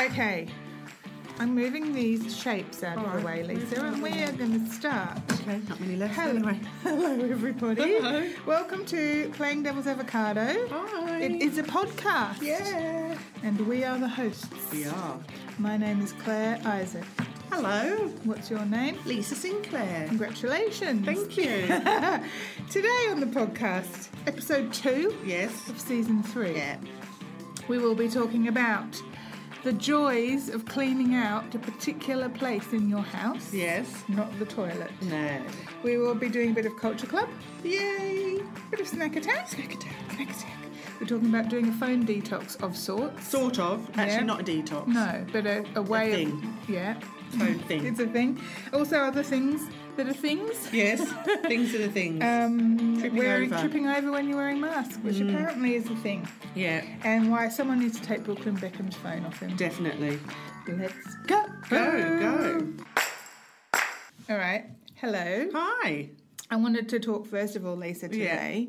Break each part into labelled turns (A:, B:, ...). A: Okay, I'm moving these shapes out of the way,
B: Alright, move
A: Lisa,
B: them out
A: and
B: of the
A: we are going to start.
B: Okay, not many left
A: Hello,
B: anyway.
A: hello, everybody.
B: Hello.
A: Welcome to Playing Devil's Avocado.
B: Hi.
A: It is a podcast.
B: Yeah.
A: And we are the hosts.
B: We are.
A: My name is Claire Isaac.
B: Hello,
A: What's your name?
B: Lisa Sinclair.
A: Congratulations.
B: Thank you.
A: Today on the podcast, episode two
B: yes.
A: of season three,
B: Yeah.
A: we will be talking about the joys of cleaning out a particular place in your house.
B: Yes.
A: Not the toilet.
B: No.
A: We will be doing a bit of culture club,
B: Yay.
A: a bit of snack attack. Snack attack. Snack attack. We're talking about doing a phone detox of sorts.
B: Sort of. Actually,
A: Yeah.
B: not a detox.
A: no, but a, a Mm. way
B: thing.
A: of yeah,
B: Phone thing.
A: it's a thing. Also, other things that are things.
B: yes. Things are the things.
A: Um,
B: Tripping
A: wearing,
B: over.
A: tripping over Mm. when you're wearing masks, which apparently is a thing,
B: yeah.
A: and why someone needs to take Brooklyn Beckham's phone off him.
B: Definitely.
A: Let's go.
B: Go, go.
A: All right. Hello.
B: Hi.
A: I wanted to talk first of all, Lisa, today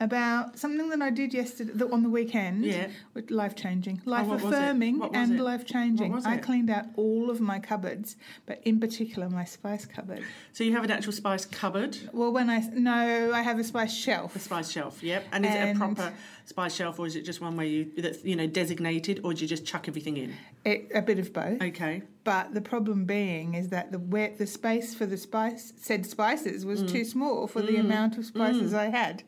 A: about something that I did yesterday that on the weekend.
B: Yeah. Oh,
A: life changing,
B: what
A: life
B: was it?
A: affirming,
B: What was
A: and
B: it?
A: life changing.
B: What was
A: I
B: it?
A: cleaned out all of my cupboards, but in particular my spice cupboard.
B: So you have an actual spice cupboard,
A: Well, when I s- no, I have a spice shelf.
B: a spice shelf. Yep. And is it
A: And-
B: a proper spice shelf, or is it just one where you that's you know designated, or do you just chuck everything in?
A: It, a bit of both.
B: Okay.
A: But the problem being is that the where, the space for the spice said spices was
B: Mm.
A: too small for the amount of spices I had,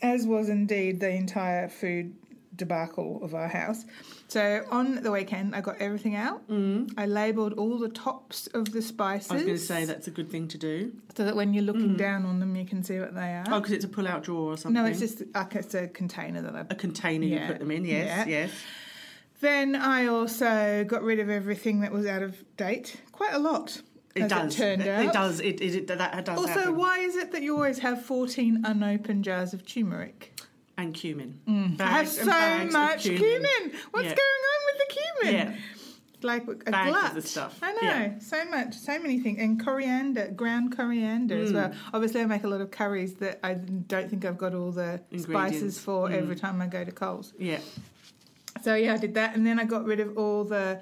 A: as was indeed the entire food debacle of our house. So on the weekend, I got everything out. Mm. I labelled all the tops of the spices,
B: I was going to say that's a good thing to do.
A: so that when you're looking down on them, you can see what they are.
B: Oh, because it's a pull-out drawer or something.
A: no, it's just like it's a container that I
B: a container
A: Yeah.
B: you put them in. Yes,
A: Yeah.
B: yes.
A: Then I also got rid of everything that was out of date. Quite a lot.
B: It
A: as
B: does.
A: It turned out.
B: does. It, it, it that does
A: Also,
B: happen.
A: why is it that you always have 14 unopened jars of turmeric?
B: and cumin.
A: I Mm. have
B: Bags and
A: so
B: bags of
A: much cumin. What's
B: Yeah.
A: going on with the cumin?
B: Yeah.
A: Like a
B: Bags of
A: glut.
B: the stuff.
A: I know.
B: Yeah.
A: So much. So many things. And coriander, ground coriander
B: Mm.
A: as well. Obviously, I make a lot of curries that I don't think I've got all the spices
B: Ingredients. Mm.
A: for every time I go to Coles.
B: Yeah.
A: So yeah, I did that, and then I got rid of all the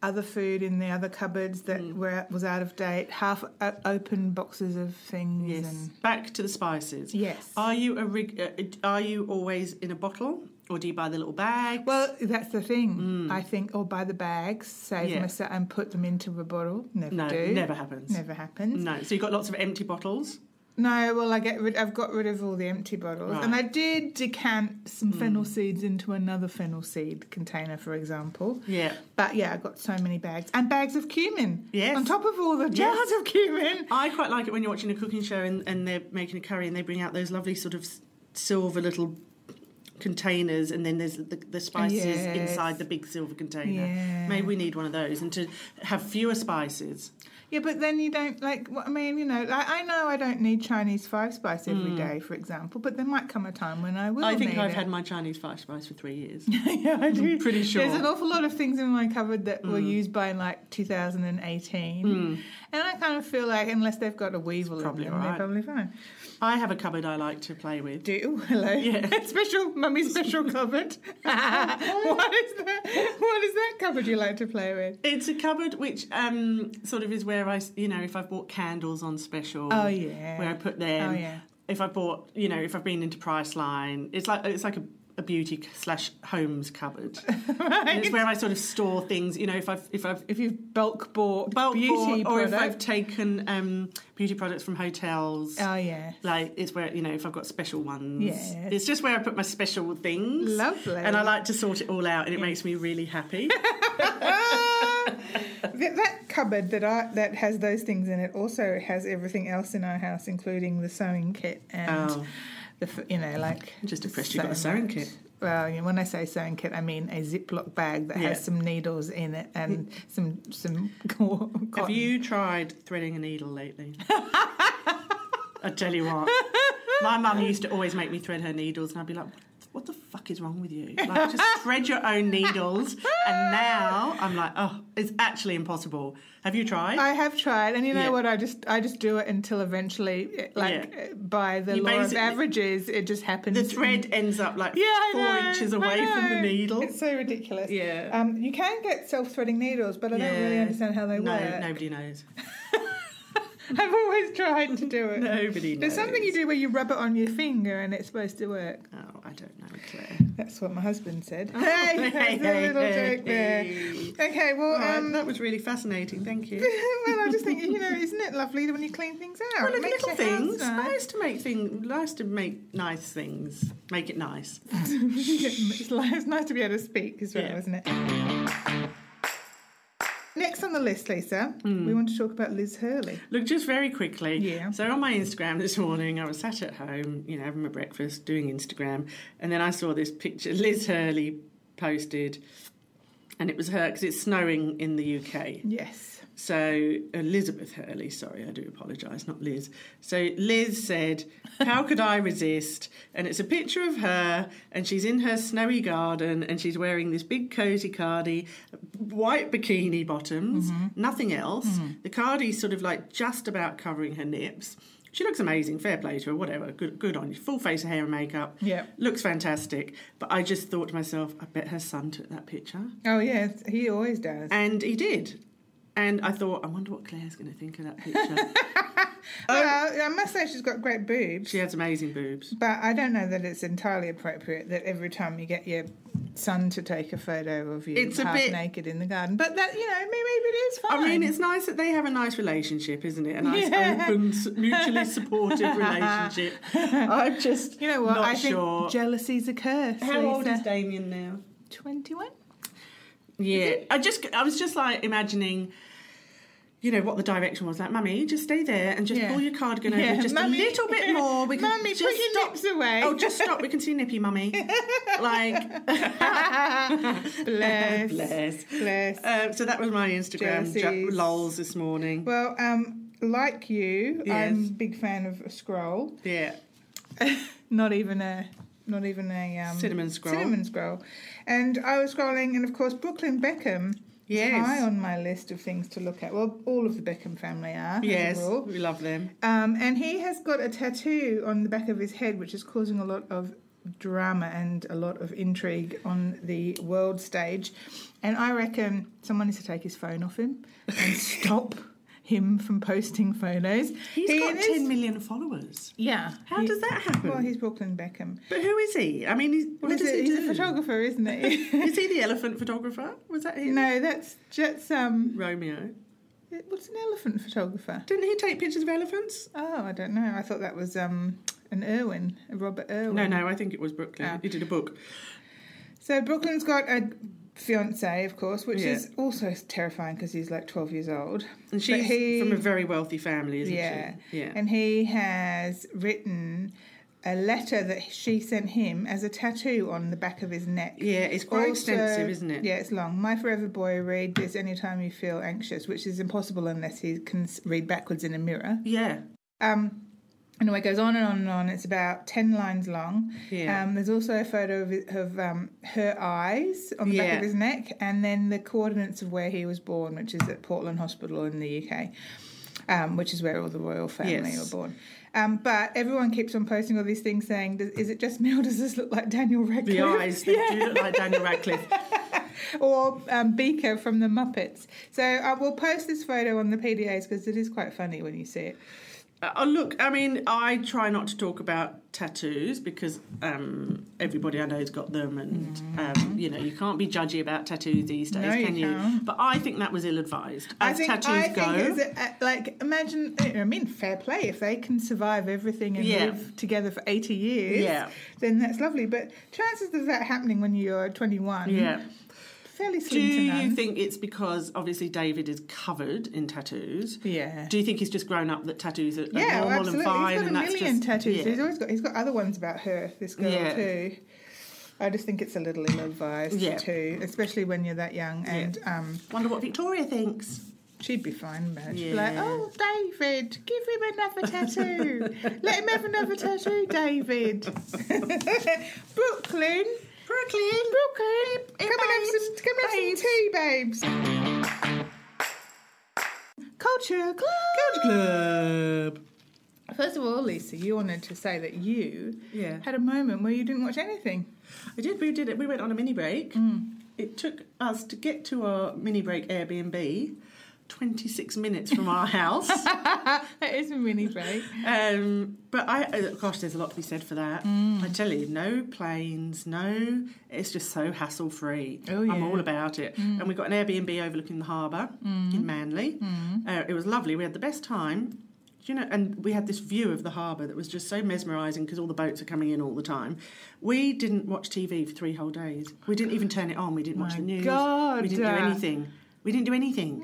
A: other food in the other cupboards that
B: Mm.
A: were was out of date, half uh, open boxes of things.
B: Yes.
A: And,
B: Back to the spices.
A: yes.
B: Are you a rig? Uh, are you always in a bottle, or do you buy the little bags?
A: well, that's the thing. I think, or buy the bags, save
B: Mm. Yeah.
A: myself, and put them into a bottle. Never
B: no,
A: do.
B: never happens. Mm.
A: Never happens.
B: No. So you have got lots of empty bottles.
A: No, well, I get rid. I've got rid of all the empty bottles, and I
B: Right. Mm.
A: did decant some fennel seeds into another fennel seed container, for example.
B: Yeah.
A: But yeah, I got so many bags and bags of cumin.
B: Yes.
A: On top of all the jars
B: Yes.
A: of cumin.
B: I quite like it when you're watching a cooking show and, and they're making a curry and they bring out those lovely sort of s- silver little containers and then there's the, the spices
A: Yes.
B: inside the big silver container.
A: Yeah.
B: Maybe we need one of those and to have fewer spices.
A: Yeah, but then you don't like. What I mean, you know, like I know I don't need Chinese five spice every day, for example, but there might come a time when I will.
B: Mm. I think
A: need
B: I've
A: it.
B: had my Chinese five spice for three years.
A: yeah, I do.
B: pretty sure. Mm.
A: There's an awful lot of things in my cupboard that were used by like 2018, and I kind of feel like unless they've got a weevil
B: probably
A: in them,
B: alright.
A: they're probably fine.
B: I have a cupboard I like to play with.
A: Do ooh, hello,
B: Yeah.
A: special mummy special cupboard. what is that? What is that cupboard you like to play with?
B: It's a cupboard which um, sort of is where I, s- you know, if I've bought candles on special,
A: Oh yeah.
B: where I put them.
A: Oh, yeah.
B: If I bought, you know, if I've been into Priceline, it's like it's like a, a beauty slash homes cupboard. And it's where I sort of store things. You know, if I've if I've
A: if you've bulk bought
B: bulk
A: beauty
B: bought, or if I've
A: product.
B: taken um, beauty products from hotels.
A: oh yeah.
B: like it's where you know if I've got special ones,
A: Yes.
B: it's just where I put my special things.
A: Lovely.
B: and I like to sort it all out, and it makes me really happy.
A: That, that cupboard that I, that has those things in it also has everything else in our house, including the sewing kit and
B: Oh.
A: the f- you know like
B: Just impressed you got a
A: so
B: sewing
A: much.
B: kit.
A: Well, you know, when I say sewing kit, I mean a Ziploc bag that
B: Yeah. Mm.
A: has some needles in it and some some co-
B: Have
A: cotton.
B: you tried threading a needle lately? I tell you what, my mum used to always make me thread her needles, and I'd be like, "What what the fuck is wrong with you? Like, just thread your own needles. And now I'm like, oh, it's actually impossible. Have you tried?
A: I have tried, and you know
B: Yeah.
A: what? I just I just do it until eventually, it- like
B: Yeah.
A: uh by the
B: You
A: law of
B: basically-
A: averages, it just happens.
B: the thread ends up like
A: yeah, I
B: four
A: know,
B: inches
A: I
B: away from the
A: know.
B: needle.
A: It's so ridiculous.
B: Yeah.
A: Um, you can get self-threading needles, but I don't really
B: Yeah.
A: understand how they
B: no,
A: work.
B: Nobody knows.
A: I've always tried to do it.
B: Nobody knows.
A: There's something you do where you rub it on your finger and it's supposed to work.
B: Oh, I don't know, Claire.
A: That's what my husband said.
B: Oh,
A: hey, there's a little joke there. Okay, well,
B: Right,
A: um,
B: that was really fascinating. Thank you.
A: well, I just think you know, isn't it lovely when you clean things out?
B: Well,
A: It
B: look,
A: makes
B: little
A: your house
B: things.
A: nice.
B: Nice to make things. Nice to make nice things. Make it nice.
A: it's li- it's nice to be able to speak as well,
B: Yeah.
A: isn't it? Next on the list, Lisa,
B: Hmm.
A: we want to talk about Liz Hurley.
B: Look, just very quickly.
A: Yeah.
B: So on my Instagram this morning, I was sat at home, you know, having my breakfast, doing Instagram, and then I saw this picture Liz Hurley posted, and it was her because it's snowing in the UK.
A: Yes.
B: So Elizabeth Hurley, sorry, I do apologise, not Liz. So Liz said, "How could I resist?" And it's a picture of her, and she's in her snowy garden, and she's wearing this big cozy cardi, white bikini bottoms, nothing else. The cardi's sort of like just about covering her nips. She looks amazing. Fair play to her. Whatever. Good, good on you. Full face of hair and makeup.
A: Yeah.
B: Looks fantastic. But I just thought to myself, I bet her son took that picture.
A: Oh yeah, he always does.
B: And he did. And I thought, I wonder what Claire's going to think of that picture.
A: well, I must say she's got great boobs,
B: she has amazing boobs.
A: but I don't know that it's entirely appropriate that every time you get your son to take a photo of you
B: It's a
A: half
B: bit-
A: naked in the garden, but that you know maybe it is fine.
B: I mean, it's nice that they have a nice relationship, isn't it? A nice,
A: Yeah.
B: open, s- mutually supportive relationship. I'm just,
A: you know what?
B: Not
A: I think
B: sure.
A: jealousy's a curse.
B: How
A: Lisa.
B: old is Damien now?
A: Twenty-one.
B: Yeah, I just, I was just like imagining. You know what the direction was like, Mummy. Just stay there and just
A: Yeah.
B: pull your cardigan over just
A: Mummy-
B: a little bit more. We can
A: Mummy,
B: just
A: put your
B: stop.
A: nips away.
B: Oh, just stop. We can see nippy, Mummy. like
A: Bless.
B: bless.
A: Bless.
B: Uh, so that was my Instagram ju-
A: Jealousies.
B: lols this morning.
A: Well, um, like you, I'm a
B: Yes.
A: big fan of a scroll.
B: yeah,
A: Not even a not even a um,
B: cinnamon scroll.
A: cinnamon scroll. And I was scrolling and of course Brooklyn Beckham is
B: Yes.
A: high on my list of things to look at. Well, all of the Beckham family are. as a
B: Yes,
A: rule.
B: we love them.
A: Um, and he has got a tattoo on the back of his head which is causing a lot of drama and a lot of intrigue on the world stage. And I reckon someone needs to take his phone off him and stop him from posting photos.
B: He's
A: He
B: got
A: is-
B: 10 million followers.
A: Yeah.
B: How
A: He-
B: does that happen?
A: Well, he's Brooklyn Beckham.
B: but who is he? I mean, he's, what
A: He's
B: does
A: a-
B: he
A: he's
B: do?
A: a photographer, isn't he?
B: is he the elephant photographer? Was that him?
A: no, that's just um.
B: Romeo.
A: What's an elephant photographer?
B: Didn't he take pictures of elephants?
A: Oh, I don't know. I thought that was um an Irwin, a Robert Irwin.
B: No, no, I think it was Brooklyn.
A: Oh.
B: He did a book.
A: So Brooklyn's got a fiance, of course, which
B: Yeah.
A: is also terrifying because he's like twelve years old.
B: And she's
A: he-
B: from a very wealthy family, isn't
A: Yeah.
B: she? Yeah.
A: And he has written a letter that she sent him as a tattoo on the back of his neck.
B: Yeah, it's quite
A: Also-
B: extensive, isn't it?
A: Yeah, it's long. My Forever Boy, read this anytime you feel anxious, which is impossible unless he can s- read backwards in a mirror.
B: Yeah.
A: Um, anyway, it goes on and on and on. It's about 10 lines long.
B: Yeah.
A: Um, there's also a photo of, it- of um, her eyes on the back
B: Yeah.
A: of his neck and then the coordinates of where he was born, which is at Portland Hospital in the UK. Um, which is where all the royal family
B: Yes.
A: were born. Um, but everyone keeps on posting all these things saying, "Does- Is it just me or does this look like Daniel Radcliffe?
B: The eyes, they do look like Daniel Radcliffe.
A: or um, Beaker from the Muppets. So I will post this photo on the PDAs because it is quite funny when you see it.
B: Uh, look, I mean, I try not to talk about tattoos because um, everybody I know's got them, and um, you know, you can't be judgy about tattoos these days,
A: No, you
B: can you?
A: can't.
B: But I think that was ill-advised. As
A: I think,
B: tattoos
A: I
B: go,
A: think is it, uh, like imagine. I mean, fair play if they can survive everything and
B: Yeah.
A: live together for eighty years.
B: Yeah.
A: then that's lovely. But chances of that happening when you're twenty-one,
B: yeah.
A: fairly
B: Do
A: slim to
B: you
A: none.
B: think it's because obviously David is covered in tattoos?
A: yeah.
B: Do you think he's just grown up that tattoos are, are
A: yeah, well,
B: normal
A: absolutely.
B: and fine,
A: he's got
B: and
A: a
B: that's
A: million
B: just
A: tattoos.
B: yeah.
A: He's always got. He's got other ones about her. This girl
B: Yeah.
A: too. I just think it's a little ill-advised
B: Yeah.
A: too, especially when you're that young. And um,
B: Wonder what Victoria thinks.
A: She'd be fine about it. She'd be like,
B: Yeah.
A: oh, David, give him another tattoo. Let him have another tattoo, David. Brooklyn. Brooklyn. Brooklyn. Come and have some, come and have some tea, babes. Culture Club.
B: Good club.
A: First of all, Lisa, you wanted to say that you
B: Yeah.
A: had a moment where you didn't watch anything.
B: I did. We did it. We went on a mini break. It took us to get to our mini break Airbnb, 26 minutes from our house.
A: that is a mini break.
B: um, but I, uh, gosh, there's a lot to be said for that.
A: Mm.
B: I tell you, no planes, no. It's just so hassle free.
A: Oh,
B: I'm
A: yeah. Mm.
B: all about it. And we got an Airbnb overlooking the harbour in Manly.
A: Mm.
B: Uh, it was lovely. We had the best time. Do You know, and we had this view of the harbour that was just so mesmerising because all the boats are coming in all the time. We didn't watch TV for three whole days. We didn't even turn it on. We didn't watch
A: My
B: the news.
A: God. uh, Hmm.
B: We didn't do anything. We didn't do anything.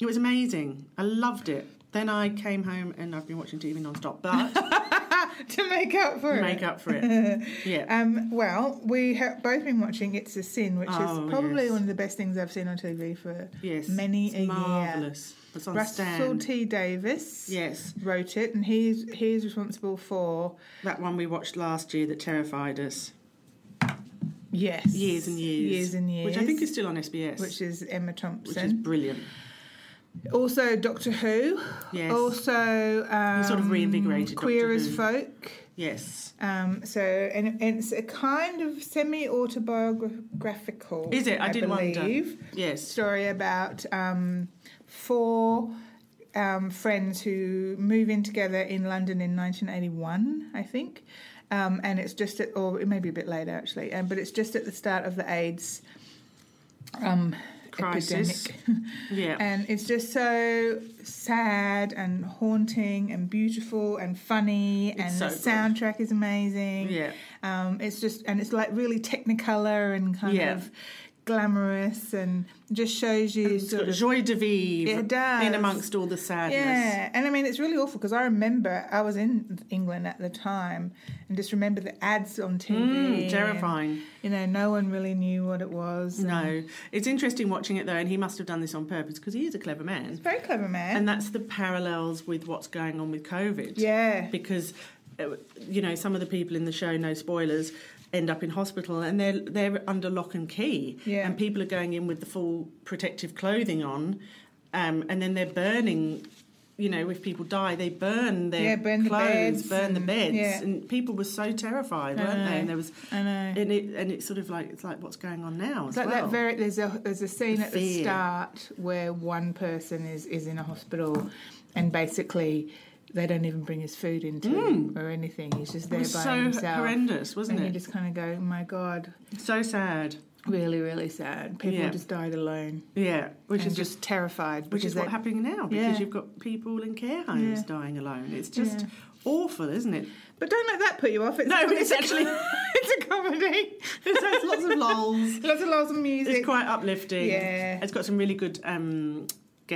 B: It was amazing. I loved it. Then I came home and I've been watching TV non-stop, but
A: to make up for it.
B: make up for it. Yeah.
A: Um, well, we have both been watching It's a Sin, which
B: Oh,
A: is probably
B: yes.
A: one of the best things I've seen on TV for
B: Yes.
A: many
B: it's
A: a year.
B: marvelous. It's on
A: Russell
B: stand.
A: T. Davis
B: Yes,
A: wrote it, and he's he's responsible for
B: that one we watched last year that terrified us.
A: yes,
B: Years and years.
A: years and years,
B: Which I think is still on SBS.
A: which is Emma
B: which is
A: Thompson.
B: brilliant.
A: also Doctor Who.
B: Yes.
A: Also, um,
B: sort of reinvigorated
A: Queer
B: Doctor
A: as
B: Who.
A: Folk.
B: Yes.
A: Um, so, and, and it's a kind of semi-autobiographical.
B: Is it? I did wonder.
A: believe.
B: Yes.
A: story about um, four um, friends who move in together in London in 1981, I think. Um, and it's just at, or it may be a bit later actually, um, but it's just at the start of the AIDS um,
B: Crisis.
A: epidemic.
B: Yeah.
A: and it's just so sad and haunting and beautiful and funny,
B: It's
A: and
B: so
A: the
B: good.
A: soundtrack is amazing.
B: Yeah.
A: Um, it's just, and it's like really technicolor and kind
B: Yeah.
A: of glamorous and just shows you
B: It's
A: sort
B: got
A: of.
B: joy de vivre
A: It does.
B: in amongst all the sadness.
A: Yeah, and I mean, it's really awful because I remember I was in England at the time and just remember the ads on TV.
B: Mm, terrifying.
A: and, you know, no one really knew what it was.
B: No, um, it's interesting watching it though, and he must have done this on purpose because he is a clever man.
A: Very clever man.
B: And that's the parallels with what's going on with COVID.
A: yeah.
B: Because, uh, you know, some of the people in the show, no spoilers, end up in hospital and they're they're under lock and key.
A: Yeah.
B: And people are going in with the full protective clothing on, um, and then they're burning. You know, if people die, they burn their
A: Yeah, burn the
B: clothes,
A: beds
B: burn the
A: and-
B: beds,
A: yeah.
B: and people were so terrified,
A: I
B: weren't
A: know.
B: they? And there was,
A: I know.
B: and it, and it's sort of like it's like what's going on now.
A: It's
B: as
A: like
B: well.
A: that very there's a there's a scene
B: The
A: at the
B: fear.
A: start where one person is is in a hospital and basically they don't even bring his food into him or anything. He's just
B: Hmm. It
A: there
B: was
A: by
B: so
A: himself.
B: horrendous, wasn't
A: and you
B: it?
A: just kind of go, oh my god,
B: So sad.
A: really, really sad. People
B: Yeah.
A: just died alone,
B: Yeah, which
A: and
B: is
A: just
B: just
A: terrified.
B: which
A: because
B: is what's
A: they-
B: happening now because
A: Yeah.
B: you've got people in care homes
A: Yeah.
B: dying alone. It's just
A: Yeah.
B: awful, isn't it?
A: But don't let that put you off. It's
B: No,
A: a com-
B: it's
A: a-
B: actually-
A: it's a comedy.
B: There's lots of lols.
A: Lots and lots of music.
B: It's quite uplifting.
A: Yeah.
B: it's got some really good um,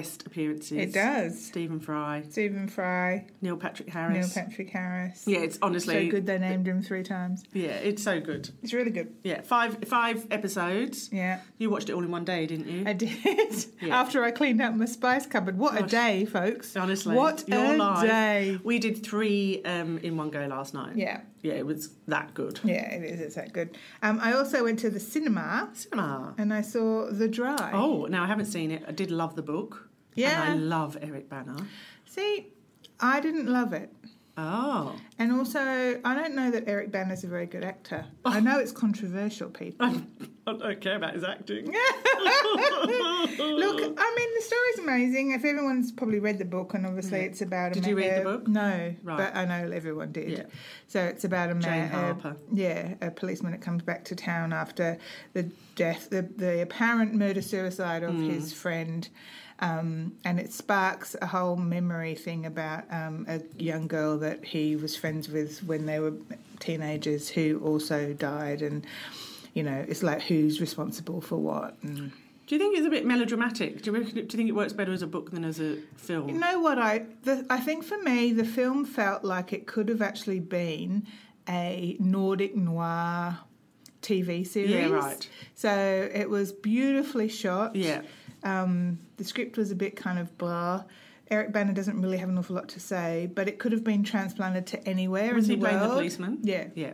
B: guest appearances.
A: it does.
B: Stephen Fry,
A: Stephen Fry,
B: Neil Patrick
A: Neil
B: Harris.
A: Patrick Harris.
B: yeah, it's honestly
A: So good they named him three times.
B: Yeah, it's so good.
A: It's really good.
B: Yeah, five five episodes.
A: Yeah.
B: You watched it all in one day, didn't you?
A: I did.
B: Yeah.
A: After I cleaned out my spice cupboard. What a
B: Gosh.
A: day, folks.
B: Honestly,
A: What
B: your
A: a
B: life.
A: day.
B: We did three um, in one go last night.
A: Yeah.
B: yeah, it was that good.
A: Yeah, it is. It's that good. Um, I also went to the cinema
B: Cinema.
A: and I saw The Dry.
B: Oh, now I haven't seen it. I did love the book.
A: Yeah.
B: And I love Eric Banner.
A: See, I didn't love it.
B: Oh.
A: And also, I don't know that Eric Banner's a very good actor.
B: Oh.
A: I know it's controversial, people.
B: I don't care about his acting.
A: Look, I mean, the story's amazing. If everyone's probably read the book, and obviously it's about a
B: Did you
A: ma-
B: read the
A: uh,
B: book?
A: No,
B: Right.
A: but I know everyone did.
B: Yeah.
A: So it's about a
B: Jane
A: man,
B: Harper.
A: yeah, a policeman that comes back to town after the death, the, the apparent murder suicide of
B: Mm.
A: his friend. Um, and it sparks a whole memory thing about um, a young girl that he was friends with when they were teenagers who also died. And, you know, it's like who's responsible for what. And,
B: Do you think it's a bit melodramatic? Do you, reckon, do you think it works better as a book than as a film?
A: You know what I? The, I think for me, the film felt like it could have actually been a Nordic noir TV series.
B: Yeah, right.
A: So it was beautifully shot.
B: Yeah.
A: Um, the script was a bit kind of blah. Eric Banner doesn't really have an awful lot to say, but it could have been transplanted to anywhere
B: Was
A: in
B: he
A: the
B: playing the
A: world.
B: policeman?
A: Yeah,
B: Yeah.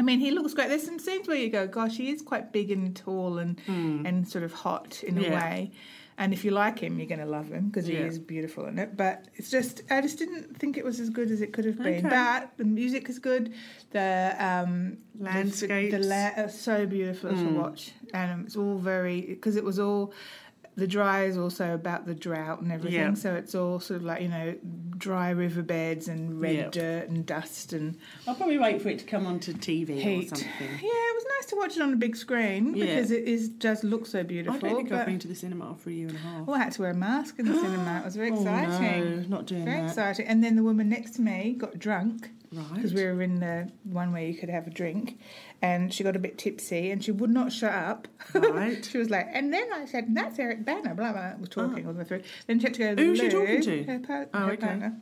A: I mean, he looks great. There's some scenes where you go, "Gosh, he is quite big and tall and and sort of hot in a
B: Hmm. Yeah.
A: way." And if you like him, you're going to love him because he
B: Yeah.
A: is beautiful in it. But it's just, I just didn't think it was as good as it could have been.
B: Okay.
A: But the music is good. The um, the-
B: Landscapes.
A: the, la- are so beautiful to
B: Mm.
A: watch, and um, it's all very because it was all. The dry is also about the drought and everything,
B: Yeah.
A: so it's all sort of like you know dry riverbeds and red
B: Yeah.
A: dirt and dust and
B: I'll probably wait for it to come onto TV
A: Heat.
B: or something.
A: yeah, it was nice to watch it on a big screen
B: Yeah.
A: because it is does look so beautiful.
B: I don't think I've
A: but-
B: been to the cinema for a year and a half.
A: Oh, I had to wear a mask in the cinema. It was very exciting.
B: Oh, no, not doing
A: Very
B: that.
A: exciting. And then the woman next to me got drunk because we
B: Right.
A: were in the one where you could have a drink, and she got a bit tipsy and she would not shut up.
B: Right.
A: she was like, and then I said, "That's Eric Banner." Blah blah. We're talking all the way through. Then she had to go. To the
B: Ah. Who was she
A: loo.
B: talking to?
A: Her, par-
B: Oh,
A: her
B: okay.
A: partner.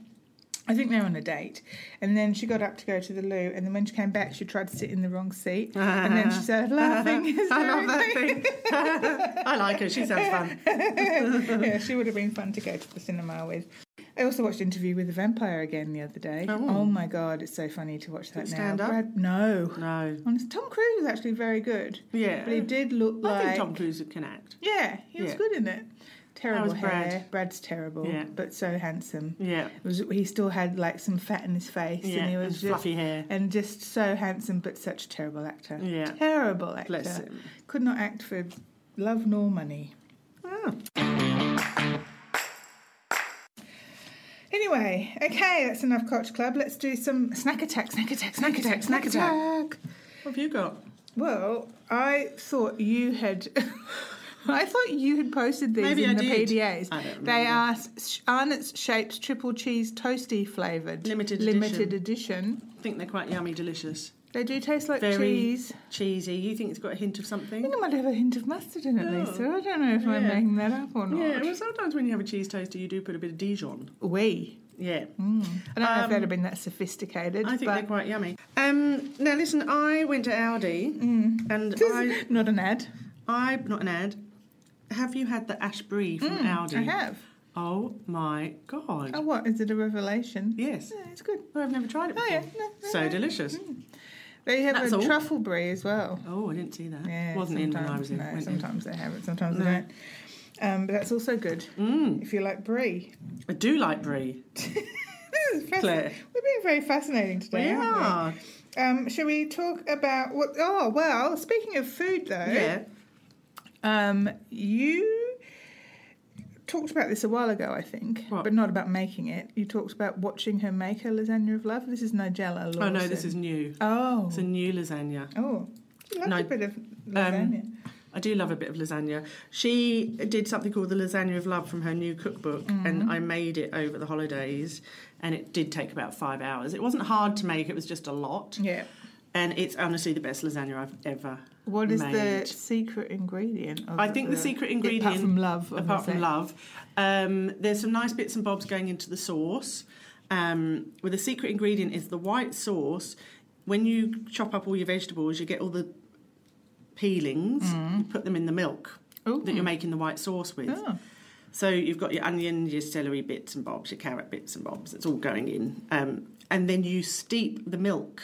A: I think they were on a date, and then she got up to go to the loo, and then when she came back, she tried to sit in the wrong
B: Ah.
A: seat, and then she started laughing.
B: Uh-huh. I love that
A: hysterically.
B: thing. I like her. She sounds fun.
A: yeah, she would have been fun to go to the cinema with. I also watched Interview with the Vampire again the other day.
B: Oh.
A: Oh my god, it's so funny to watch that
B: Did it
A: now.
B: stand up?
A: Brad- no.
B: No.
A: Honest, Tom Cruise was actually very good,
B: Yeah.
A: but he did look
B: Oh. I
A: like
B: think Tom Cruise can act.
A: yeah, he was
B: Yeah.
A: good in it. Terrible
B: was Brad?
A: hair. Brad's terrible,
B: Yeah.
A: but so handsome.
B: Yeah.
A: It was he still had like some fat in his face,
B: Yeah.
A: and he was
B: and
A: just
B: fluffy hair.
A: and just so handsome, but such a terrible actor.
B: Yeah.
A: Terrible actor.
B: Bless him.
A: Could not act for love nor money.
B: Oh.
A: Anyway, okay, that's enough Crotch Club. Let's do some snack attack, snack attack, snack attack, snack attack.
B: What have you got?
A: Well, I thought you had. I thought you had posted these
B: Maybe
A: in
B: I
A: the
B: did.
A: PDAs.
B: I don't
A: They
B: remember.
A: are S- Arnott's Shapes Triple Cheese Toasty Flavoured.
B: Limited
A: Limited edition.
B: I think they're quite yummy, delicious.
A: They do taste like
B: Very-
A: cheese.
B: Cheesy. You think it's got a hint of
A: I
B: something?
A: think I might have a hint of mustard in it,
B: Oh.
A: Lisa. I don't know if I'm
B: Yeah.
A: making that up or not.
B: Yeah, well, sometimes when you have a cheese toaster, you do put a bit of Dijon.
A: We.
B: Yeah.
A: Mm. I don't know if
B: Um,
A: they'd have been that sophisticated.
B: I think
A: but
B: they're quite yummy. Um, now, listen, I went to Aldi
A: Mm.
B: and I,
A: not an ad.
B: I, not an ad. Have you had the ash brie from Aldi?
A: Mm, I have.
B: Oh my god!
A: Oh, what? Is it a revelation?
B: Yes,
A: Yeah, it's good.
B: Oh, I've never tried it.
A: Oh,
B: Before.
A: yeah. Mm. No, no,
B: so
A: no.
B: delicious.
A: They have
B: That's
A: a
B: all.
A: truffle brie as well.
B: Oh, I didn't see that.
A: Yeah,
B: Wasn't in when I was
A: sometimes-
B: in.
A: No,
B: went in.
A: sometimes they have it, sometimes they
B: No.
A: don't. Um, but that's also good
B: Mm,
A: if you like brie.
B: I do like brie.
A: This is
B: Claire.
A: fascinating. We're being very fascinating today,
B: yeah.
A: aren't we? Um, shall we talk about what? Oh well, speaking of food though,
B: Yeah.
A: um, you talked about this a while ago, I think,
B: What?
A: but not about making it. You talked about watching her make her lasagna of love. This is Nigella. Lawson.
B: Oh no, this is new.
A: oh
B: It's a new lasagna.
A: Oh, I like
B: No,
A: a bit of
B: um,
A: lasagna.
B: I do love a bit of lasagna. She did something called the Lasagna of Love from her new cookbook, and I made it over the holidays, and it did take about five hours. It wasn't hard to make; it was just a lot,
A: yeah.
B: and it's honestly the best lasagna I've ever.
A: What is the
B: made.
A: secret ingredient? Of
B: I think the secret ingredient,
A: apart from love,
B: apart from
A: obviously.
B: love, um, there's some nice bits and bobs going into the sauce. Um, well, the secret ingredient is the white sauce. When you chop up all your vegetables, you get all the peelings. You put them in the milk
A: Ooh.
B: that you're making the white sauce with.
A: Oh.
B: So you've got your onion, your celery bits and bobs, your carrot bits and bobs. It's all going in, um, and then you steep the milk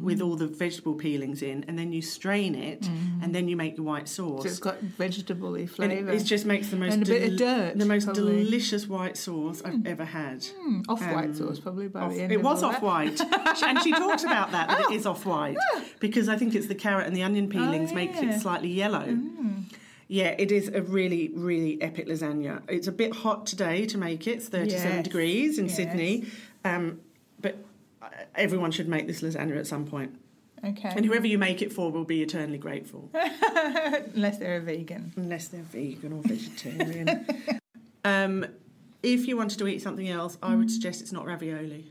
B: with all the vegetable peelings in, and then you strain it, and then you make your white sauce.
A: So it's got vegetable y
B: and it,
A: flavour.
B: it just makes the most
A: And a bit of
B: del-
A: dirt,
B: the most
A: probably.
B: delicious white sauce I've ever had.
A: Mm, off-white
B: um,
A: sauce, probably by
B: Off-
A: the end.
B: it
A: of
B: was
A: all
B: off
A: that. Oh.
B: white, and she talked about that. That it is off white because I think it's the carrot and the onion peelings makes
A: yeah. Mm-hmm.
B: it slightly yellow.
A: Hmm,
B: Yeah, it is a really, really epic lasagna. It's a bit hot today to make it. It's 37
A: Yes.
B: degrees in
A: Yes.
B: Sydney, um, but uh, everyone should make this lasagna at some point. And
A: Okay.
B: whoever you make it for will be eternally grateful,
A: Unless they're a vegan.
B: unless they're vegan or vegetarian. um, if you wanted to eat something else, I would suggest it's not ravioli.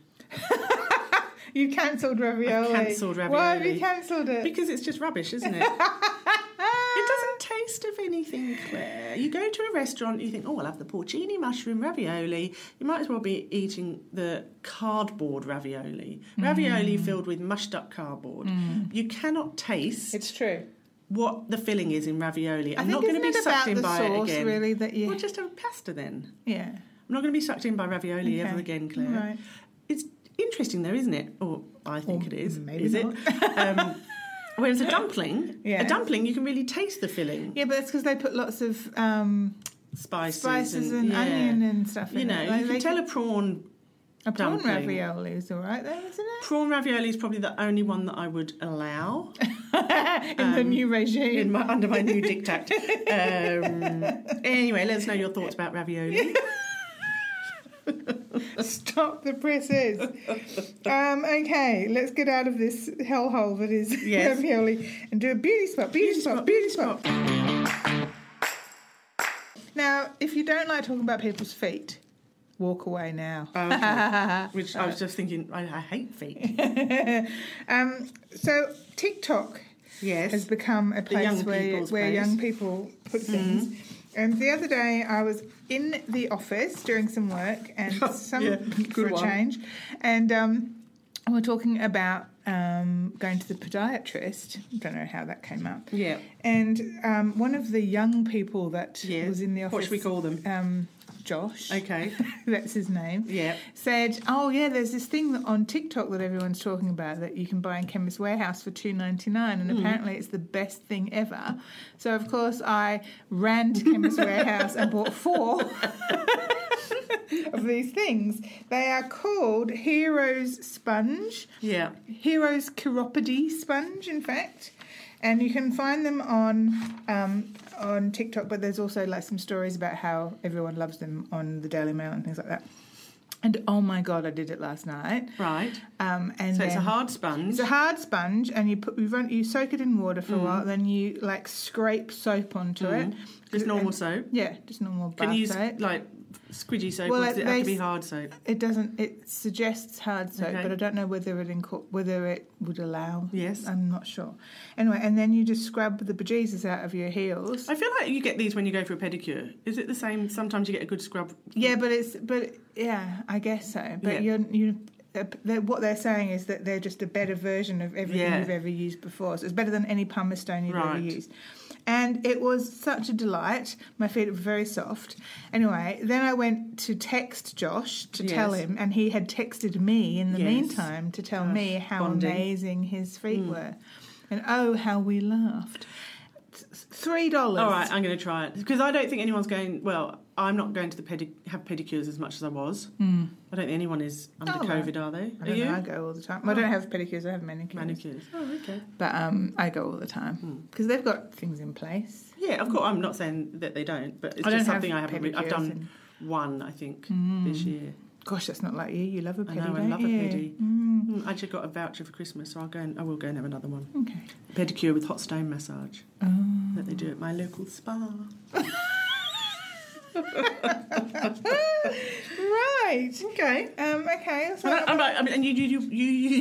A: You cancelled ravioli.
B: cancelled
A: Why have you
B: ravioli.
A: cancelled it? Ah!
B: Because it's just rubbish, isn't it? it doesn't taste of anything, Claire. You go to a restaurant, you think, oh, I'll have the porcini mushroom ravioli. You might as well be eating the cardboard
A: Mm.
B: ravioli. Ravioli filled with mushed up cardboard. You cannot taste
A: It's true.
B: what the filling is in ravioli.
A: I
B: I'm
A: think
B: not going to be
A: isn't it
B: sucked in by
A: about the sauce,
B: it again.
A: really. That you,
B: Well, just have pasta then.
A: yeah,
B: I'm not going to be sucked in by ravioli
A: Okay.
B: ever again, Claire.
A: right.
B: It's interesting though, isn't it? Or I think
A: Or
B: it is.
A: maybe
B: is
A: not.
B: it? Um, whereas a dumpling,
A: Yeah.
B: a dumpling, you can really taste the filling,
A: Yeah, but that's because they put lots of um,
B: spices,
A: spices and,
B: yeah.
A: onion and stuff.
B: You
A: in
B: know,
A: it. Like
B: you
A: they
B: can tell a prawn
A: a prawn
B: dumpling.
A: ravioli is all right, though, isn't
B: prawn ravioli is probably the only one that I would allow
A: it? in the
B: Um,
A: new regime.
B: in my under my new diktat. Um, anyway, let us know your thoughts about ravioli.
A: Stop the presses. um, okay, let's get out of this hellhole that is
B: Yes.
A: ravioli and do a beauty spot, beauty, spot, beauty spot. Now, if you don't like talking about people's feet, walk away now.
B: Okay. Which I was just thinking, I, I hate feet.
A: um, so TikTok has
B: Yes.
A: become a place
B: young
A: where,
B: people's
A: where
B: place. Mm-hmm.
A: young people put things. And the other day, I was in the office doing some work and some
B: Yeah,
A: for
B: good
A: a
B: one.
A: change, and um, we we're talking about um, going to the podiatrist. I don't know how that came up.
B: Yeah.
A: And um, one of the young people that
B: Yeah.
A: was in the office,
B: What should we call them?
A: um, Josh,
B: Okay.
A: that's his name,
B: Yeah.
A: said, "Oh yeah, there's this thing that on TikTok that everyone's talking about that you can buy in Chemist Warehouse for two ninety nine, and apparently it's the best thing ever." So of course I ran to Chemist Warehouse and bought four of these things. They are called Heroes Sponge,
B: Yeah.
A: Heroes Chiropody Sponge, in fact. And you can find them on um, on TikTok, but there's also like some stories about how everyone loves them on the Daily Mail and things like that. And oh my god, I did it last night.
B: Right.
A: Um, and
B: So it's a
A: then-
B: hard sponge.
A: it's a hard sponge, and you put you run you soak it in water for
B: Mm.
A: a while, then you like scrape soap onto it.
B: Just normal
A: And-
B: soap.
A: Yeah, just normal bath
B: Can you use
A: soap.
B: like squidgy soap
A: Well,
B: or does
A: it-
B: it have
A: they
B: to be
A: s-
B: hard soap?
A: It doesn't. It suggests hard soap,
B: Okay.
A: but I don't know whether it inco- whether it would allow.
B: Yes.
A: I'm not sure. Anyway, and then you just scrub the bejesus out of your heels.
B: I feel like you get these when you go for a pedicure. Is it the same? Sometimes you get a good scrub.
A: Yeah, but it's but yeah, I guess so. But
B: Mm. Yeah.
A: you're you. uh, They're, what they're saying is that they're just a better version of everything
B: Yeah.
A: you've ever used before. So it's better than any pumice stone you've ever
B: Right.
A: used. And it was such a delight. My feet were very soft. Anyway, then I went to text Josh to tell
B: Yes.
A: him, and he had texted me in the
B: Yes.
A: meantime to tell me how
B: bonding. Mm.
A: amazing his feet were. And oh, how we laughed. Th- Three dollars.
B: All right, I'm going to try it because I don't think anyone's going. Well, I'm not going to the pedi- have pedicures as much as I was. Mm. I don't think anyone is under
A: Oh, right.
B: COVID, are they?
A: Hmm. I
B: are
A: don't
B: you? Oh.
A: know, I go all the time. I don't have pedicures, I have manicures.
B: Manicures. Oh, okay.
A: But um, I go all the
B: Hmm.
A: time because they've got things in place.
B: Yeah, of course. I'm not saying that they don't, but it's
A: I
B: just
A: don't
B: something
A: have
B: I haven't. Re- I've
A: pedicures
B: done one, I think, this year.
A: Mm. Gosh, that's not like you. You love a
B: I
A: pedi,
B: know, I
A: don't
B: love a
A: you?
B: pedi.
A: Mm,
B: Mm, I actually got a voucher for Christmas, so I'll go. And, I will go and have another one.
A: okay.
B: Pedicure with hot stone massage
A: Oh.
B: that they do at my local spa.
A: right. Okay. Um, okay. So
B: And I, I'm like, I mean, and you, you, you, you,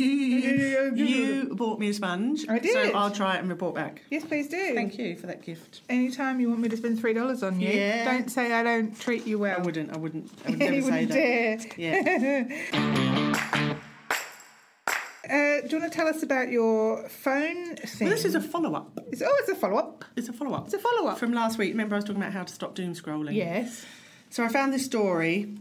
B: you, you bought me a sponge.
A: I did.
B: So I'll try it and report back.
A: yes, please do.
B: Thank you for that gift.
A: Anytime you want me to spend three dollars on you,
B: Yeah.
A: don't say I don't treat you well.
B: I wouldn't. I wouldn't. I would
A: You
B: never say
A: wouldn't
B: that.
A: dare.
B: Yeah.
A: Uh, do you want to tell us about your phone thing?
B: Well, this is a follow up.
A: It's, oh, it's a follow up.
B: It's a follow up
A: It's a follow up.
B: from last week. Remember, I was talking about how to stop doom scrolling.
A: Yes.
B: So I found this story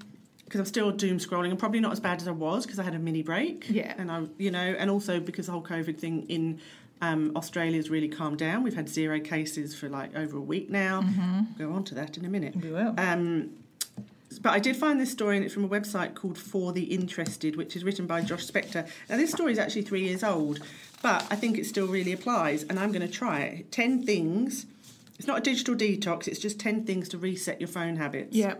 B: because I'm still doom scrolling. I'm probably not as bad as I was because I had a mini break.
A: Yeah.
B: And I, you know, and also because the whole COVID thing in um, Australia's really calmed down. We've had zero cases for like over a week now. Go on to that in a minute.
A: We will.
B: Um, but I did find this story, and it's from a website called For the Interested, which is written by Josh Spector. Now, this story is actually three years old, but I think it still really applies, and I'm going to try it. 10 things. It's not a digital detox, it's just 10 things to reset your phone habits.
A: yeah.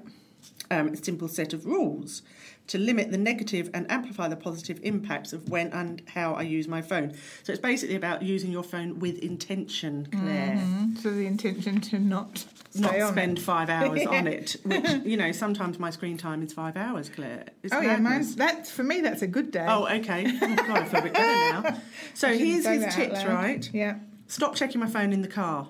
B: Um, a simple set of rules to limit the negative and amplify the positive impacts of when and how I use my phone. So it's basically about using your phone with intention, Claire
A: Mm, So the intention to not
B: not
A: stay on
B: spend five hours
A: Yeah.
B: on it. Which you know, sometimes my screen time is five hours, Claire. It's
A: Oh yeah, mine's
B: madness.
A: that's for me. That's a good day.
B: Oh, okay. Oh, God, I feel a bit better now. So
A: I shouldn't
B: here's
A: say
B: his
A: that out
B: tips,
A: loud.
B: right?
A: Yeah.
B: Stop checking my phone in the car.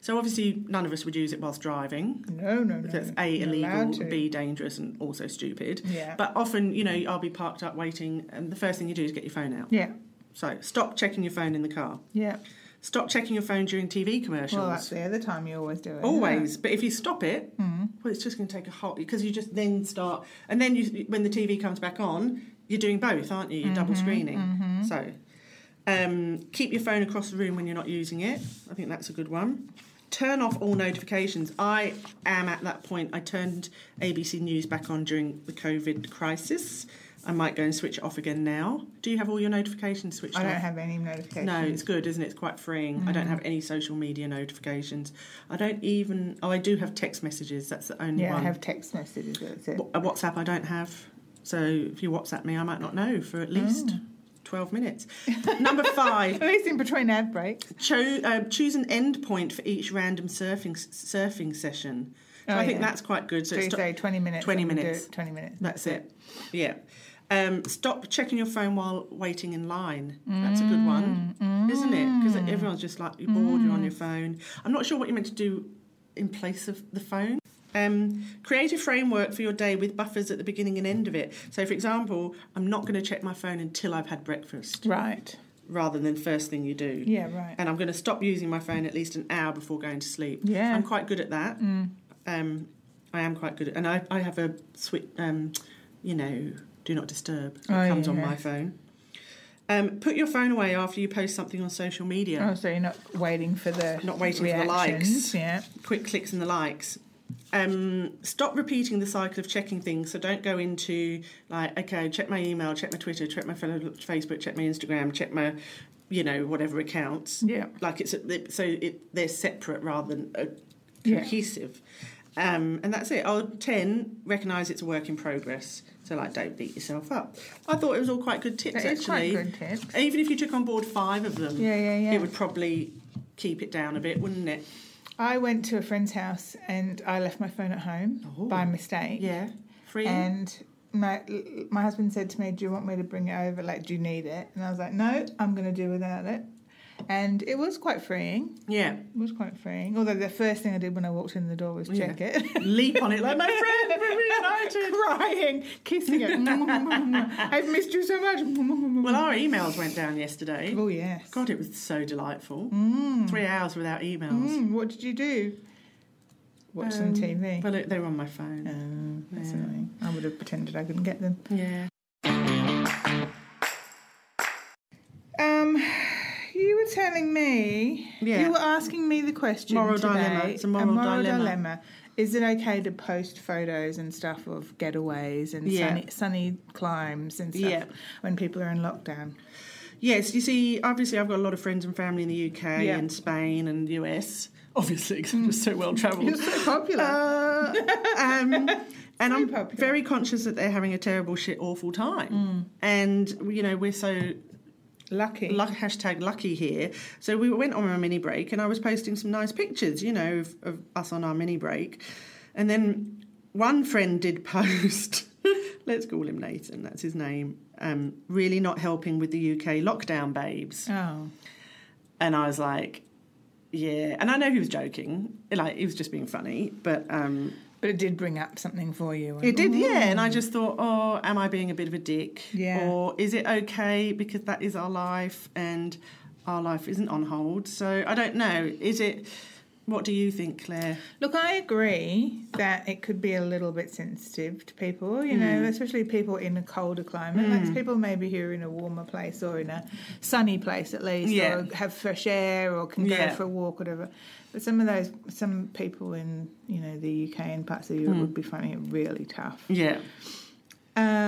B: So obviously, none of us would use it whilst driving.
A: No, no, no.
B: That's a
A: You're allowed
B: illegal,
A: to.
B: b dangerous, and also stupid.
A: Yeah.
B: But often, you know, I'll be parked up waiting, and the first thing you do is get your phone out.
A: Yeah.
B: So stop checking your phone in the car.
A: Yeah.
B: Stop checking your phone during TV commercials.
A: Well, that's the other time you always do it. Hmm. isn't it?
B: Always, but if you stop it, well, it's just going to take a whole because you just then start, and then you when the TV comes back on, you're doing both, aren't you? You're
A: Mm-hmm,
B: double screening. So, um, keep your phone across the room when you're not using it. I think that's a good one. Turn off all notifications. I am at that point. I turned ABC News back on during the COVID crisis. I might go and switch it off again now. Do you have all your notifications switched
A: I
B: off?
A: don't have any notifications.
B: No, it's good, isn't it? It's quite freeing. I
A: Mm.
B: don't have any social media notifications. I don't even. Oh, I do have text messages. That's the only
A: yeah,
B: one.
A: I have text messages. That's it.
B: Wha- a WhatsApp. I don't have. So if you WhatsApp me, I might not know for at least
A: Oh.
B: twelve minutes. Number five.
A: At least in between ad breaks.
B: Cho- uh, choose an end point for each random surfing surfing session. So
A: Oh,
B: I think
A: yeah.
B: that's quite good. So
A: So you
B: stop-
A: say twenty minutes.
B: 20
A: and we do
B: minutes.
A: it Twenty minutes.
B: that's it. Yeah. Um, stop checking your phone while waiting in line. That's a
A: Mm,
B: good one, isn't it? Because everyone's just like you're bored, you're on
A: Mm.
B: your phone. I'm not sure what you're meant to do in place of the phone. Um, create a framework for your day with buffers at the beginning and end of it. So, for example, I'm not going to check my phone until I've had breakfast,
A: Right.
B: rather than first thing you do.
A: Yeah. Right.
B: And I'm going to stop using my phone at least an hour before going to sleep.
A: Yeah.
B: I'm quite good at that.
A: Mm.
B: Um, I am quite good at, and I, I have a sweet, um, you know, do not disturb. It
A: Oh,
B: comes on
A: yeah.
B: my phone. Um, put your phone away after you post something on social media.
A: Oh, so you're not waiting for the
B: Not waiting for the
A: reactions,
B: likes.
A: Yeah.
B: Quick clicks and the likes. Um, stop repeating the cycle of checking things. So don't go into like, okay, check my email, check my Twitter, check my fellow Facebook, check my Instagram, check my, you know, whatever accounts.
A: Yeah.
B: like it's a, so it, they're separate rather than uh
A: Yeah.
B: cohesive um, and that's it oh 10 recognize it's a work in progress so like don't beat yourself up i thought it was all quite good tips
A: That is
B: actually
A: quite good tips.
B: even if you took on board five of them
A: Yeah, yeah, yeah.
B: it would probably keep it down a bit wouldn't it
A: I went to a friend's house and I left my phone at home
B: Oh.
A: by mistake.
B: yeah free
A: And my my husband said to me, "Do you want me to bring it over? Like, do you need it?" And I was like, "No, I'm going to do without it." And it was quite freeing.
B: yeah
A: It was quite freeing. Although the first thing I did when I walked in the door was check it.
B: leap on it like Oh, my friend we're reunited
A: Crying, kissing it. I've missed you so much.
B: well our emails went down yesterday
A: oh yes.
B: god it was so delightful three hours without emails
A: Mm, what did you do? Watch some
B: Um,
A: TV.
B: Well, they were on my phone.
A: Oh, that's
B: Yeah.
A: annoying. I would have pretended I couldn't get them.
B: Yeah.
A: Um, you were telling me.
B: Yeah.
A: You were asking me the question.
B: Moral
A: today,
B: dilemma. It's a moral dilemma.
A: Is it okay to post photos and stuff of getaways and
B: Yeah.
A: sunny, sunny climbs and stuff
B: Yeah.
A: when people are in lockdown?
B: Yes, you see, obviously, I've got a lot of friends and family in the UK
A: Yeah. Mm.
B: and Spain and the US, obviously, because I'm just so well
A: You're
B: travelled.
A: so popular.
B: Uh, um, and I'm
A: popular. Mm.
B: very conscious that they're having a terrible, shit, awful time. And, you know, we're so
A: Lucky.
B: luck, hashtag lucky here. So we went on our mini break and I was posting some nice pictures, you know, of, of us on our mini break. And then one friend did post, let's call him Nathan, that's his name, um, really not helping with the UK lockdown, babes.
A: Oh.
B: And I was like, yeah. And I know he was joking, like, he was just being funny, but. Um,
A: But it did bring up something for you.
B: it did, yeah. And I just thought, oh, am I being a bit of a dick?
A: Yeah.
B: Or is it okay because that is our life and our life isn't on hold? So I don't know. Is it? What do you think, Claire?
A: Look, I agree that it could be a little bit sensitive to people, you
B: Mm.
A: know, especially people in a colder climate. That's people maybe who are in a warmer place or in a sunny place at least,
B: Yeah.
A: or have fresh air or can
B: Yeah.
A: go for a walk, whatever. But some of those, some people in, you know, the UK and parts of
B: Mm.
A: Europe would be finding it really tough.
B: Yeah.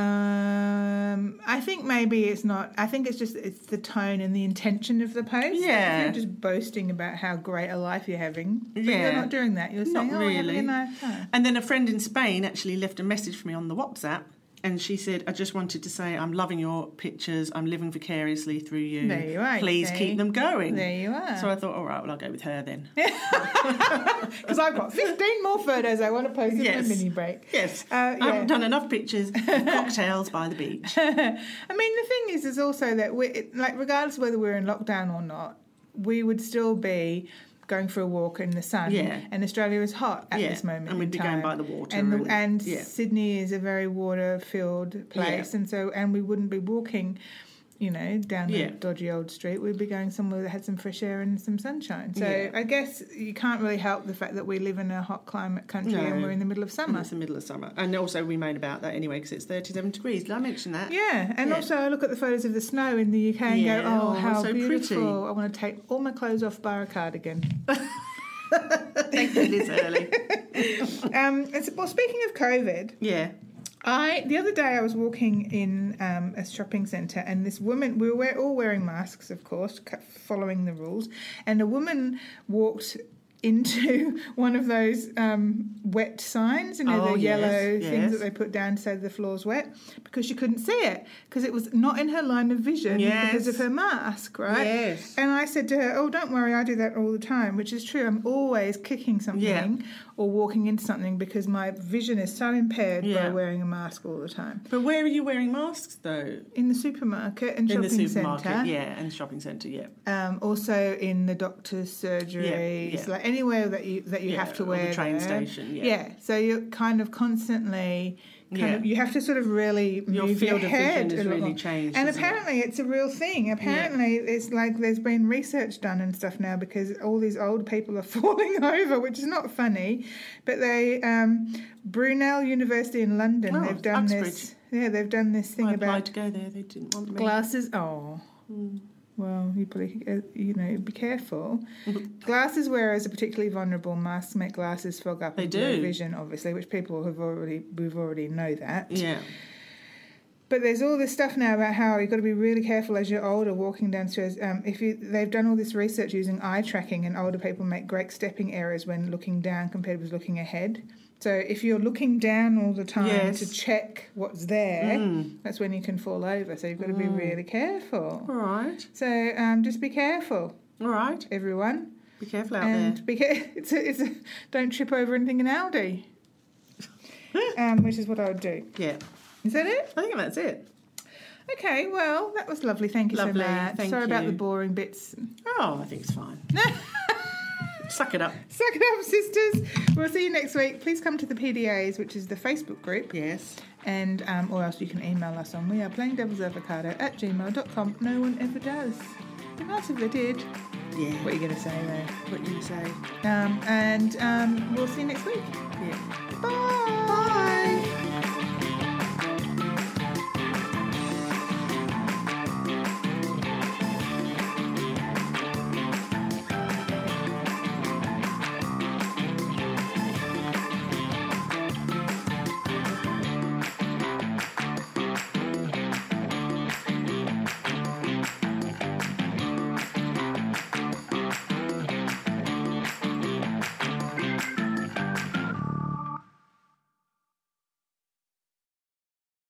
A: Um, I think maybe it's not. I think it's just it's the tone and the intention of the post.
B: Yeah.
A: if you're just boasting about how great a life you're having. But
B: Yeah.
A: you're not doing that. You're saying,
B: Not
A: "Oh, we're having
B: really.
A: a nice time."
B: And then a friend in Spain actually left a message for me on the WhatsApp, and she said, "I just wanted to say I'm loving your pictures. I'm living vicariously through you.
A: There you are, you
B: Please
A: see.
B: keep them going."
A: There you are.
B: So I thought, all right, well, I'll go with her then.
A: Because I've got 15 more photos I want to post in
B: Yes.
A: my mini break.
B: Yes.
A: Uh,
B: I
A: yeah.
B: haven't done enough pictures of cocktails by the beach.
A: I mean, the thing is, is also that we, it- like, regardless of whether we're in lockdown or not, we would still be going for a walk in the sun.
B: Yeah.
A: And Australia is hot at
B: Yeah,
A: this moment.
B: and we'd
A: in
B: be going
A: time.
B: by the water
A: And,
B: and-
A: the, and
B: yeah.
A: Sydney is a very water-filled place, and so and we wouldn't be walking. you know, down
B: Yeah.
A: the dodgy old street. We'd be going somewhere that had some fresh air and some sunshine. So
B: Yeah.
A: I guess you can't really help the fact that we live in a hot climate country and
B: No. Mm.
A: we're in the middle of
B: And
A: summer.
B: it's the middle of summer. And also, we moan about that anyway because it's 37 degrees. Did I mention that?
A: Yeah, and
B: Yeah.
A: also I look at the photos of the snow in the UK and
B: Yeah,
A: go, oh,
B: oh,
A: how
B: so pretty."
A: beautiful! I want to take all my clothes off, bar a cardigan.
B: Thank you, Liz Early.
A: um, and so, well, speaking of COVID,
B: Yeah.
A: I the other day I was walking in um, a shopping centre and this woman we were all wearing masks of course c- following the rules and a woman walked into one of those um, wet signs you know
B: Oh,
A: the
B: yes,
A: yellow
B: yes.
A: things that they put down to say the floor's wet because she couldn't see it because it was not in her line of vision because
B: Yes.
A: of her mask right
B: Yes.
A: and I said to her, "Oh, don't worry, I do that all the time, which is true. I'm always kicking something or walking into something because my vision is so impaired by
B: Yeah.
A: wearing a mask all the time
B: But where are you wearing masks though?
A: in the supermarket and
B: in
A: shopping
B: the supermarket,
A: centre,
B: yeah, and the shopping centre, yeah.
A: um, also in the doctor's surgeries,
B: Yeah, yeah.
A: like anywhere that you that you
B: Yeah,
A: have to
B: or
A: wear
B: the train
A: there.
B: station, yeah.
A: so you're kind of constantly. Kind
B: Yeah.
A: of, you have to sort of really
B: Your
A: move
B: field
A: your
B: of
A: head a
B: vision has
A: lot
B: really
A: more.
B: changed.
A: And
B: hasn't it?
A: apparently, it's a real thing. Apparently, it's like there's been research done and stuff now because all these old people are falling over, which is not funny. But they, um, Brunel University in London,
B: Oh,
A: they've done this.
B: Uxbridge.
A: Yeah, they've done this thing
B: I
A: about
B: applied to go there. They didn't want me. Hmm.
A: glasses. Oh, well, you probably, uh, you know, be careful. glasses wearers are particularly vulnerable. Masks make glasses fog up.
B: They
A: and blur
B: do.
A: vision, obviously, which people have already we've already know that.
B: Yeah,
A: But there's all this stuff now about how you've got to be really careful as you're older walking downstairs. Um, if you, they've done all this research using eye tracking, and older people make great stepping errors when looking down compared with looking ahead. So if you're looking down all the time
B: Yes. Mm.
A: to check what's there, that's when you can fall over. So you've got to be really careful.
B: all right,
A: So um, just be careful,
B: all right.
A: everyone,
B: Be careful out
A: and
B: there.
A: be care- it's a, it's a, don't trip over anything in Aldi, um, which is what I would do.
B: Yeah,
A: Is that it?
B: I think that's it.
A: Okay, well, that was lovely. Thank you
B: Lovely,
A: so much.
B: thank
A: Sorry about
B: you.
A: the boring bits.
B: Oh, I think it's fine. Suck it up.
A: Suck it up, sisters. We'll see you next week. Please come to the PDAs, which is the Facebook group,
B: Yes.
A: and um, or else you can email us on we are playing devil's avocado at gmail.com. No one ever does. It'd be nice if they did.
B: Yeah.
A: What are you going to say
B: What you say?
A: there? Um, and um, we'll see you next week.
B: Yeah.
A: Bye.